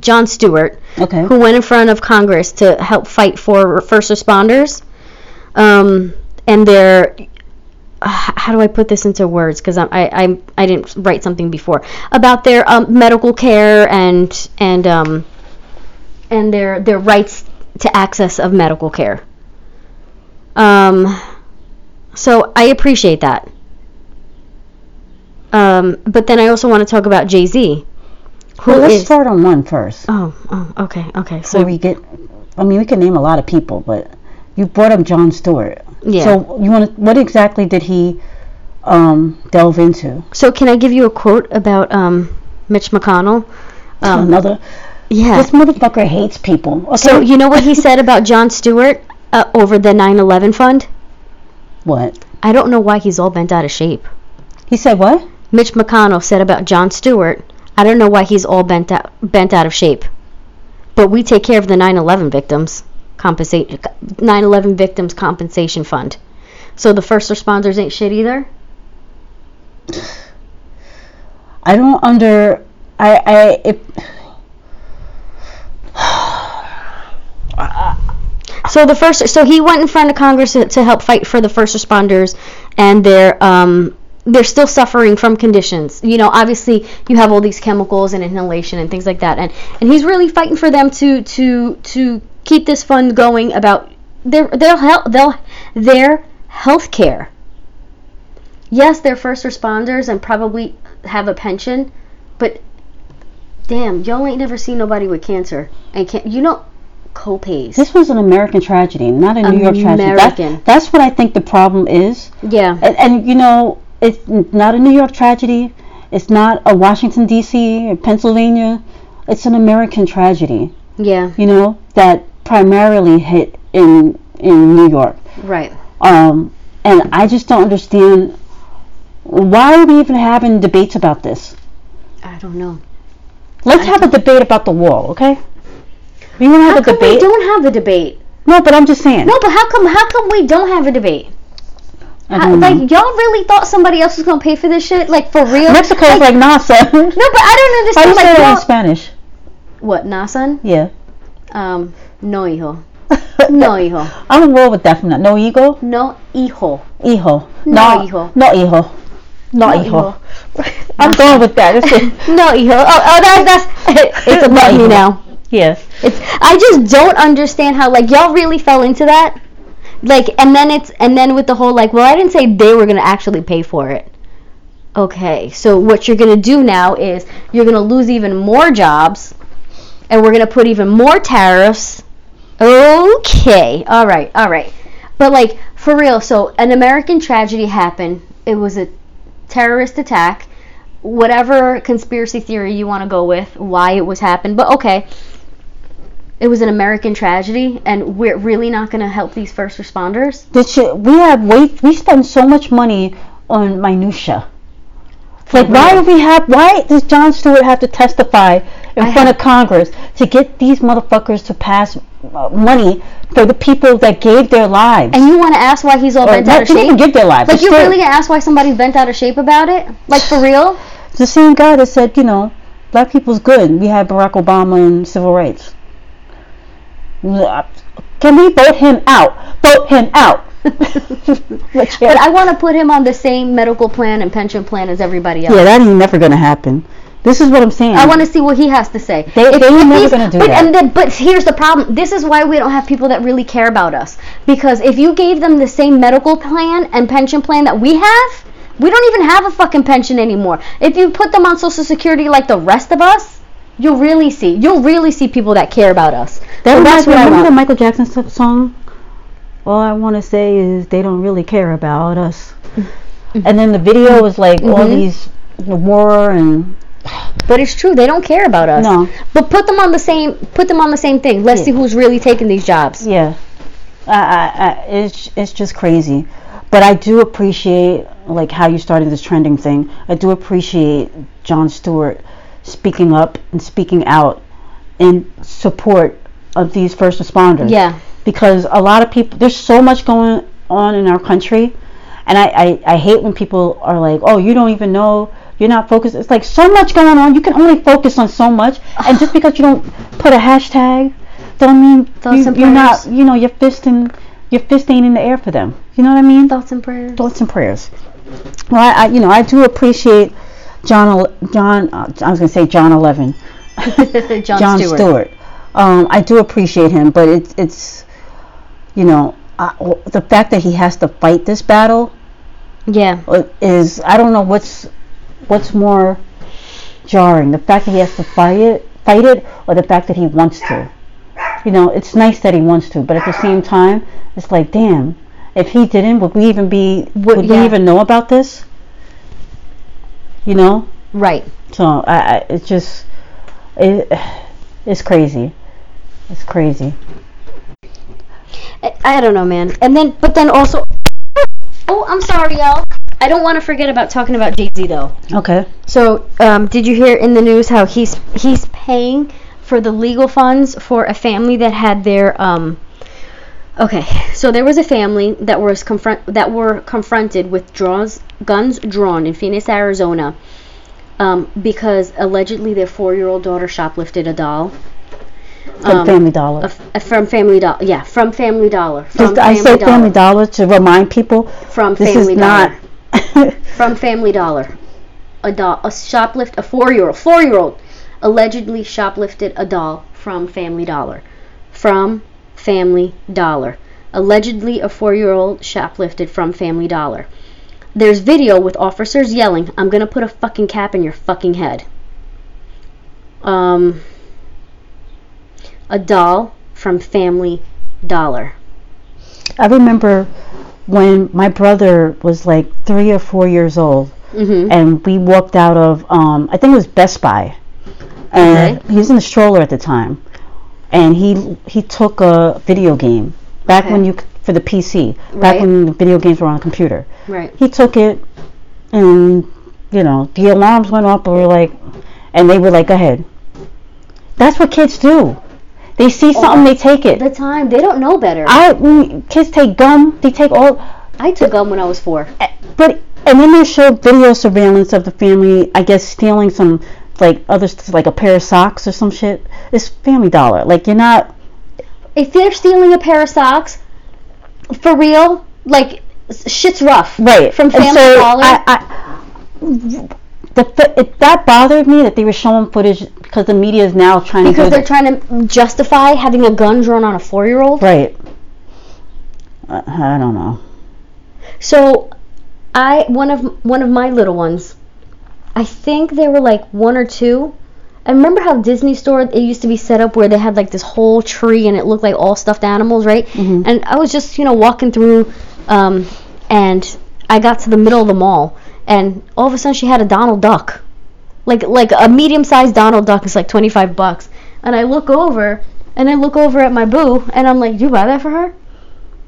Speaker 1: John Stewart,
Speaker 2: Okay.
Speaker 1: who went in front of Congress to help fight for first responders, um, and their. Uh, how do I put this into words? Because I, I I I didn't write something before about their um, medical care and and um, and their their rights to access of medical care. Um, so I appreciate that. Um, but then I also want to talk about Jay Z. Who
Speaker 2: Well,
Speaker 1: is?
Speaker 2: let's start on one first.
Speaker 1: Oh, oh, okay, okay. So
Speaker 2: So we get, I mean, we can name a lot of people, but you brought up John Stewart.
Speaker 1: yeah. So,
Speaker 2: So you want to, what exactly did he um, delve into?
Speaker 1: can I give you a quote about um, Mitch McConnell? Um,
Speaker 2: Another
Speaker 1: yeah.
Speaker 2: This motherfucker hates people. Okay.
Speaker 1: So you know what he said about John Stewart uh, over the 9/11 fund?
Speaker 2: what?
Speaker 1: I don't know why he's all bent out of shape.
Speaker 2: He said what?
Speaker 1: Mitch McConnell said about John Stewart, I don't know why he's all bent out, bent out of shape. But we take care of the 9/11 victims compensation 9/11 victims compensation fund. So the first responders ain't shit either.
Speaker 2: I don't under. I I if
Speaker 1: So the first, so he went in front of Congress to, to help fight for the first responders and their um they're still suffering from conditions. You know, obviously you have all these chemicals and inhalation and things like that, and and he's really fighting for them to to to keep this fund going about their their health their their health care. Yes, they're first responders and probably have a pension, but damn, y'all ain't never seen nobody with cancer and can you know copays.
Speaker 2: This was an American tragedy, not a New York tragedy.
Speaker 1: American.
Speaker 2: That, that's what I think the problem is.
Speaker 1: yeah.
Speaker 2: And, and you know, it's not a New York tragedy. It's not a Washington D.C. or Pennsylvania. It's an American tragedy.
Speaker 1: Yeah.
Speaker 2: You know that primarily hit in in New York.
Speaker 1: Right.
Speaker 2: Um, and I just don't understand why are we even having debates about this?
Speaker 1: I don't know.
Speaker 2: Let's have a debate about the wall, okay? We want to have
Speaker 1: How
Speaker 2: a
Speaker 1: come we
Speaker 2: debate.
Speaker 1: don't have a debate?
Speaker 2: No, but I'm just saying.
Speaker 1: No, but how come how come we don't have a debate?
Speaker 2: I
Speaker 1: I-
Speaker 2: don't know.
Speaker 1: like y'all really thought somebody else was gonna pay for this shit? Like for real?
Speaker 2: Mexico's like NASA.
Speaker 1: No, but I don't
Speaker 2: How do you
Speaker 1: understand.
Speaker 2: say
Speaker 1: Like
Speaker 2: that in
Speaker 1: y'all,
Speaker 2: Spanish?
Speaker 1: what, Nasan?
Speaker 2: Yeah.
Speaker 1: Um, no hijo, no hijo,
Speaker 2: I'm in war with that from that. No ego?
Speaker 1: no hijo.
Speaker 2: Hijo.
Speaker 1: No hijo.
Speaker 2: No hijo.
Speaker 1: No
Speaker 2: No hijo. I'm going with that. That's it.
Speaker 1: No hijo. Oh, oh, that's that's. It's above
Speaker 2: No
Speaker 1: me
Speaker 2: hijo.
Speaker 1: now.
Speaker 2: Yes.
Speaker 1: It's. I just don't understand how like y'all really fell into that. Like, and then it's and then with the whole like, well, I didn't say they were gonna actually pay for it. Okay, so what you're gonna do now is you're gonna lose even more jobs, and we're gonna put even more tariffs. Okay, all right, all right. But like for real, so an American tragedy happened. It was a terrorist attack. Whatever conspiracy theory you want to go with, why it was happened, but okay. It was an American tragedy, and we're really not going to help these first responders.
Speaker 2: Did she, we have wait we spend so much money on minutia. Like why do we have why does John Stewart have to testify in
Speaker 1: I
Speaker 2: front
Speaker 1: have-
Speaker 2: of Congress to get these motherfuckers to pass uh, money for the people that gave their lives?
Speaker 1: And you want to ask why he's all
Speaker 2: Or
Speaker 1: bent out
Speaker 2: not,
Speaker 1: of
Speaker 2: they
Speaker 1: shape?
Speaker 2: didn't give their lives.
Speaker 1: Like
Speaker 2: but
Speaker 1: you
Speaker 2: still,
Speaker 1: really gonna ask why somebody's bent out of shape about it? Like for real?
Speaker 2: it's the same guy that said, you know, black people's good. We had Barack Obama and civil rights. Can we vote him out? Vote him out. Which-
Speaker 1: But I want to put him on the same medical plan and pension plan as everybody else.
Speaker 2: yeah, that ain't never gonna happen. This is what I'm saying.
Speaker 1: I want to see what he has to say.
Speaker 2: Mm. They- they ain't never
Speaker 1: he's-
Speaker 2: gonna do
Speaker 1: but,
Speaker 2: that.
Speaker 1: And then, but here's the problem. This is why we don't have people that really care about us. Because if you gave them the same medical plan and pension plan that we have, we don't even have a fucking pension anymore. If you put them on Social Security like the rest of us, you'll really see. You'll really see people that care about us.
Speaker 2: That
Speaker 1: So
Speaker 2: reminds
Speaker 1: that's
Speaker 2: me.
Speaker 1: what I
Speaker 2: Remember
Speaker 1: want.
Speaker 2: the Michael Jackson so- song? All I want to say is they don't really care about us.
Speaker 1: Mm-hmm.
Speaker 2: And then the video was like all
Speaker 1: Mhm.
Speaker 2: these the war and
Speaker 1: But it's true. They don't care about us.
Speaker 2: no,
Speaker 1: But put them on the same. Put them on the same thing. Let's
Speaker 2: Yeah.
Speaker 1: see who's really taking these jobs.
Speaker 2: yeah. I, I, I, it's it's just crazy. But I do appreciate like how you started this trending thing. I do appreciate John Stewart speaking up and speaking out in support of these first responders.
Speaker 1: Yeah.
Speaker 2: because a lot of people there's so much going on in our country and I, I, I hate when people are like oh you don't even know you're not focused it's like so much going on you can only focus on so much and just because you don't put a hashtag don't mean
Speaker 1: Thoughts
Speaker 2: you,
Speaker 1: and
Speaker 2: you're not
Speaker 1: prayers.
Speaker 2: you know your fist in your fist ain't in the air for them you know what I mean
Speaker 1: Thoughts and prayers.
Speaker 2: thoughts and prayers well I, I you know I do appreciate John Ele- John uh, I was gonna say John 11
Speaker 1: John,
Speaker 2: John Stewart. Um, I do appreciate him, but it's it's you know I, the fact that he has to fight this battle
Speaker 1: Yeah.
Speaker 2: uh, is I don't know what's what's more jarring the fact that he has to fight it fight it or the fact that he wants to. You know, it's nice that he wants to, but at the same time, it's like damn. If he didn't, would we even be? Would,
Speaker 1: yeah.
Speaker 2: we even know about this? You know,
Speaker 1: Right.
Speaker 2: so I, I it's just it, it's crazy. It's crazy.
Speaker 1: I, I don't know, man. And then, but then also, oh, I'm sorry, y'all. I don't want to forget about talking about Jay Z though.
Speaker 2: Okay.
Speaker 1: So, um, did you hear in the news how he's he's paying for the legal funds for a family that had their um. Okay, so there was a family that was confront that were confronted with draws guns drawn in Phoenix, Arizona, um, because allegedly their four-year-old daughter shoplifted a doll.
Speaker 2: From
Speaker 1: Um,
Speaker 2: Family Dollar.
Speaker 1: a f- a from Family Dollar, yeah, from Family Dollar. From
Speaker 2: Just- I say Family Dollar to remind people
Speaker 1: From
Speaker 2: this
Speaker 1: Family
Speaker 2: is not
Speaker 1: Dollar. from Family Dollar. A doll, a shoplift, a four-year-old, four-year-old, allegedly shoplifted a doll from Family Dollar. From Family Dollar. Allegedly, a four-year-old shoplifted from Family Dollar. There's video with officers yelling, "I'm gonna put a fucking cap in your fucking head." Um, a doll from Family Dollar.
Speaker 2: I remember when my brother was like three or four years old,
Speaker 1: Mm-hmm.
Speaker 2: and we walked out of um, I think it was Best Buy, and
Speaker 1: Okay.
Speaker 2: he was in a stroller at the time, and he he took a video game back
Speaker 1: Okay.
Speaker 2: when you c- for the PC back
Speaker 1: Right.
Speaker 2: when the video games were on the computer.
Speaker 1: Right.
Speaker 2: He took it, and you know the alarms went off. But we were like, and they were like, "Go ahead." That's what kids do. They see
Speaker 1: Oh,
Speaker 2: something, they take it.
Speaker 1: The time they don't know better. I,
Speaker 2: I mm, kids take gum. They take all. eh,
Speaker 1: took gum when I was four.
Speaker 2: But and then they showed video surveillance of the family. I guess stealing some like other st- like a pair of socks or some shit. It's Family Dollar. Like you're not.
Speaker 1: If they're stealing a pair of socks, for real, like s- shit's rough.
Speaker 2: Right.
Speaker 1: From
Speaker 2: And
Speaker 1: Family
Speaker 2: so
Speaker 1: Dollar.
Speaker 2: I, I, the, fa- it, that bothered me that they were showing footage because the media is now trying
Speaker 1: because
Speaker 2: to
Speaker 1: they're trying to justify having a gun drawn on a four-year-old.
Speaker 2: right. I, I don't know.
Speaker 1: So, I one of one of my little ones. I think they were like one or two. I remember how Disney store it used to be set up where they had like this whole tree and it looked like all stuffed animals, right? And I was just you know walking through, um, and I got to the middle of the mall, and all of a sudden she had a Donald Duck, like like a medium sized Donald Duck is like twenty five bucks, and I look over and I look over at my boo and I'm like, you buy that for her?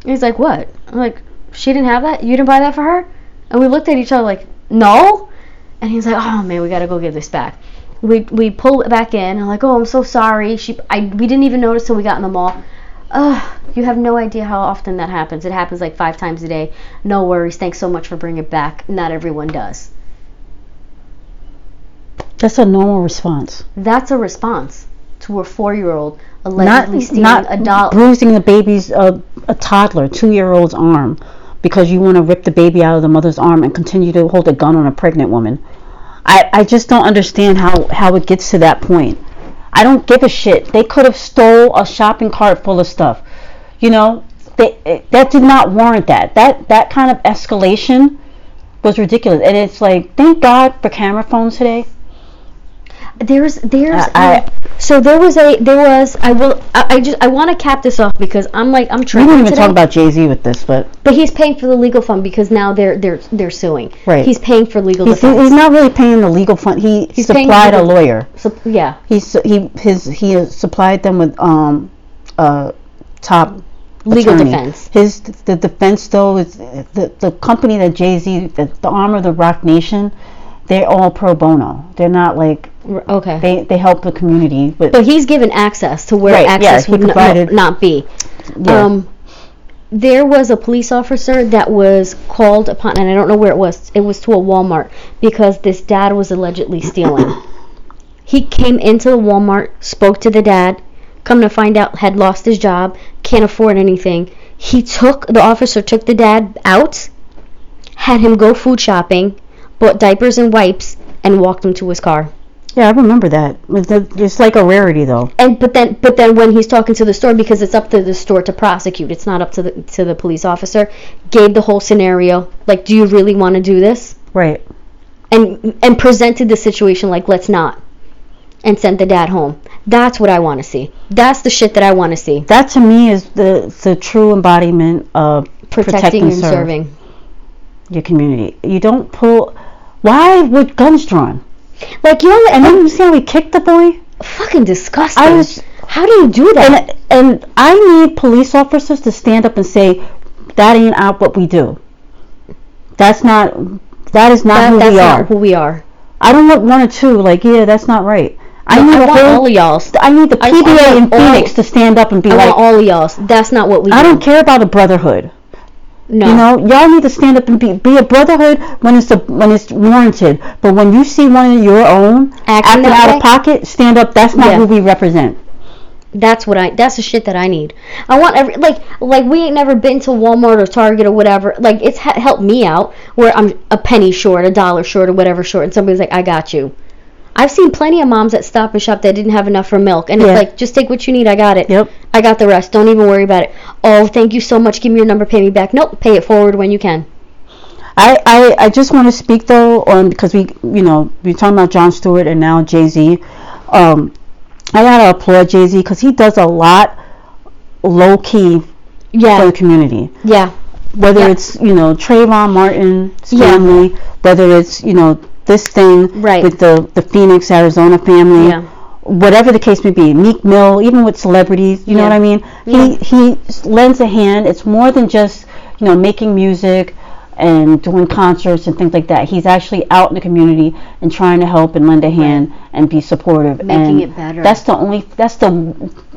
Speaker 1: And he's like, what? I'm like, she didn't have that? You didn't buy that for her? And we looked at each other like, no. And he's like, oh man, we gotta go give this back. We we pull it back in. and like, oh, I'm so sorry. She, I, we didn't even notice till we got in the mall. Ugh, you have no idea how often that happens. It happens like five times a day. No worries. Thanks so much for bringing it back. Not everyone does.
Speaker 2: That's a normal response.
Speaker 1: That's a response to a four-year-old
Speaker 2: Not
Speaker 1: allegedly stealing
Speaker 2: not
Speaker 1: a doll.
Speaker 2: bruising the baby's uh, a toddler, two year old's arm, because you want to rip the baby out of the mother's arm and continue to hold a gun on a pregnant woman. I, I just don't understand how how it gets to that point. I don't give a shit. They could have stole a shopping cart full of stuff. You know, they, it, that did not warrant that. That that kind of escalation was ridiculous. And it's like, thank God for camera phones today.
Speaker 1: There's there's
Speaker 2: I-
Speaker 1: so there was a there was I will I, I just I want to cap this off because I'm like I'm
Speaker 2: We
Speaker 1: trying
Speaker 2: didn't
Speaker 1: to
Speaker 2: even talk about Jay Z with this, but
Speaker 1: but he's paying for the legal fund because now they're they're they're suing
Speaker 2: Right.
Speaker 1: he's paying for legal
Speaker 2: He's,
Speaker 1: defense
Speaker 2: he's not really paying the legal fund. He
Speaker 1: paying
Speaker 2: supplied a
Speaker 1: legal-
Speaker 2: lawyer.
Speaker 1: so, yeah
Speaker 2: He su- he his he supplied them with um uh top
Speaker 1: legal
Speaker 2: attorney.
Speaker 1: defense
Speaker 2: His the defense though is the the company that Jay Z the, the arm of the Rock Nation, they're all pro bono. They're not like
Speaker 1: R- okay
Speaker 2: they they help the community. But
Speaker 1: but he's given access to where
Speaker 2: Right, yeah,
Speaker 1: access
Speaker 2: he
Speaker 1: would not-
Speaker 2: provided-
Speaker 1: not be
Speaker 2: yeah.
Speaker 1: Um, there was a police officer that was called upon, and I don't know where it was. It was to a Walmart because this dad was allegedly stealing. he came into the Walmart, spoke to the dad, come to find out had lost his job, can't afford anything. He took the officer took the dad out, had him go food shopping, bought diapers and wipes, and walked him to his car.
Speaker 2: yeah, I remember that. It's it's like a rarity though.
Speaker 1: And but then but then when he's talking to the store because it's up to the store to prosecute, it's not up to the to the police officer. Gave the whole scenario like, do you really want to do this?
Speaker 2: Right.
Speaker 1: And and presented the situation like, let's not, and sent the dad home. That's what I want to see. That's the shit that I want to see.
Speaker 2: That to me is the the true embodiment of
Speaker 1: Protecting
Speaker 2: protect
Speaker 1: and
Speaker 2: serve.
Speaker 1: serving.
Speaker 2: your community. You don't pull. Why with guns drawn?
Speaker 1: Like you know,
Speaker 2: And
Speaker 1: and
Speaker 2: then you see how he kicked the boy.
Speaker 1: fucking disgusting.
Speaker 2: I was
Speaker 1: How do you do that?
Speaker 2: and and I need police officers to stand up and say that ain't out what we do. That's not. That is not
Speaker 1: That-
Speaker 2: who
Speaker 1: that's
Speaker 2: we
Speaker 1: not
Speaker 2: are.
Speaker 1: who we are.
Speaker 2: I don't want one or two like yeah, that's not right. I need
Speaker 1: I
Speaker 2: a
Speaker 1: want
Speaker 2: whole.
Speaker 1: all of y'all.
Speaker 2: I need the
Speaker 1: I- I
Speaker 2: PBA in
Speaker 1: want all-
Speaker 2: Phoenix to stand up and be
Speaker 1: I
Speaker 2: like,
Speaker 1: want all of y'all. That's not what we.
Speaker 2: I
Speaker 1: do.
Speaker 2: don't care about a brotherhood.
Speaker 1: No.
Speaker 2: You know, y'all need to stand up and be, be a brotherhood when it's a, when it's warranted. But when you see one of your own
Speaker 1: Acting
Speaker 2: acting
Speaker 1: that
Speaker 2: out
Speaker 1: way?
Speaker 2: of pocket, stand up. That's not
Speaker 1: Yeah.
Speaker 2: who we represent.
Speaker 1: That's what I. That's the shit that I need. I want every like like we ain't never been to Walmart or Target or whatever. Like it's ha- helped me out where I'm a penny short, a dollar short, or whatever short, and somebody's like, "I got you." I've seen plenty of moms at Stop and Shop that didn't have enough for milk, and
Speaker 2: Yeah.
Speaker 1: it's like, just take what you need. I got it.
Speaker 2: Yep.
Speaker 1: I got the rest. Don't even worry about it. Oh, thank you so much. Give me your number. Pay me back. Nope. Pay it forward when you can.
Speaker 2: I, I, I just want to speak though on because we you know we're talking about John Stewart and now Jay Z. Um, I gotta applaud Jay Z because he does a lot low key for
Speaker 1: Yeah.
Speaker 2: the community.
Speaker 1: Yeah.
Speaker 2: Whether
Speaker 1: Yeah.
Speaker 2: it's you know Trayvon Martin's
Speaker 1: Yeah.
Speaker 2: family, whether it's you know this thing
Speaker 1: Right.
Speaker 2: with the the Phoenix Arizona family,
Speaker 1: Yeah.
Speaker 2: whatever the case may be, Meek Mill, even with celebrities, you know
Speaker 1: Yeah.
Speaker 2: what I mean? He he lends a hand. It's more than just you know making music and doing concerts and things like that. He's actually out in the community and trying to help and lend a hand and be supportive.
Speaker 1: Making
Speaker 2: and
Speaker 1: it better.
Speaker 2: That's the only. That's the.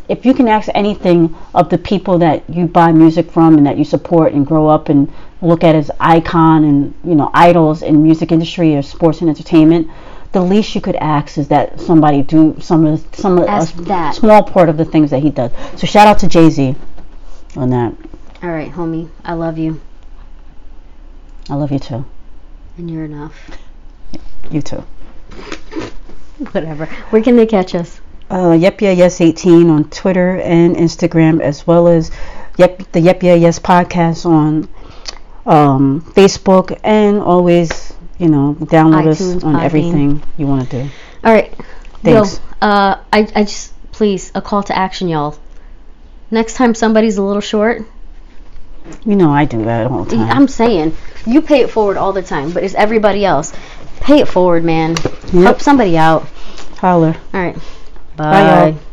Speaker 2: If you can ask anything of the people that you buy music from and that you support and grow up and look at as icon and you know idols in music industry or sports and entertainment, the least you could ask is that somebody do some of some of
Speaker 1: Ask
Speaker 2: a s-
Speaker 1: that.
Speaker 2: small part of the things that he does. So shout out to Jay Z on that.
Speaker 1: All right, homie. I love you,
Speaker 2: I love you too.
Speaker 1: and you're enough.
Speaker 2: You too.
Speaker 1: Whatever. Where can they catch us?
Speaker 2: Uh, yep yeah yes 18 on Twitter and Instagram as well as yep the yep yeah yes podcast on um, Facebook and always you know download us
Speaker 1: iTunes,
Speaker 2: on
Speaker 1: Podbean.
Speaker 2: everything you want to do.
Speaker 1: All right.
Speaker 2: Thanks.
Speaker 1: Yo, uh, I, I just, please, a call to action, y'all. Next time somebody's a little short,
Speaker 2: You know I do that all the time.
Speaker 1: I'm saying, you pay it forward all the time, but it's everybody else. Pay it forward, man. Help somebody out.
Speaker 2: Holler.
Speaker 1: All right.
Speaker 2: Bye, y'all.
Speaker 1: Bye.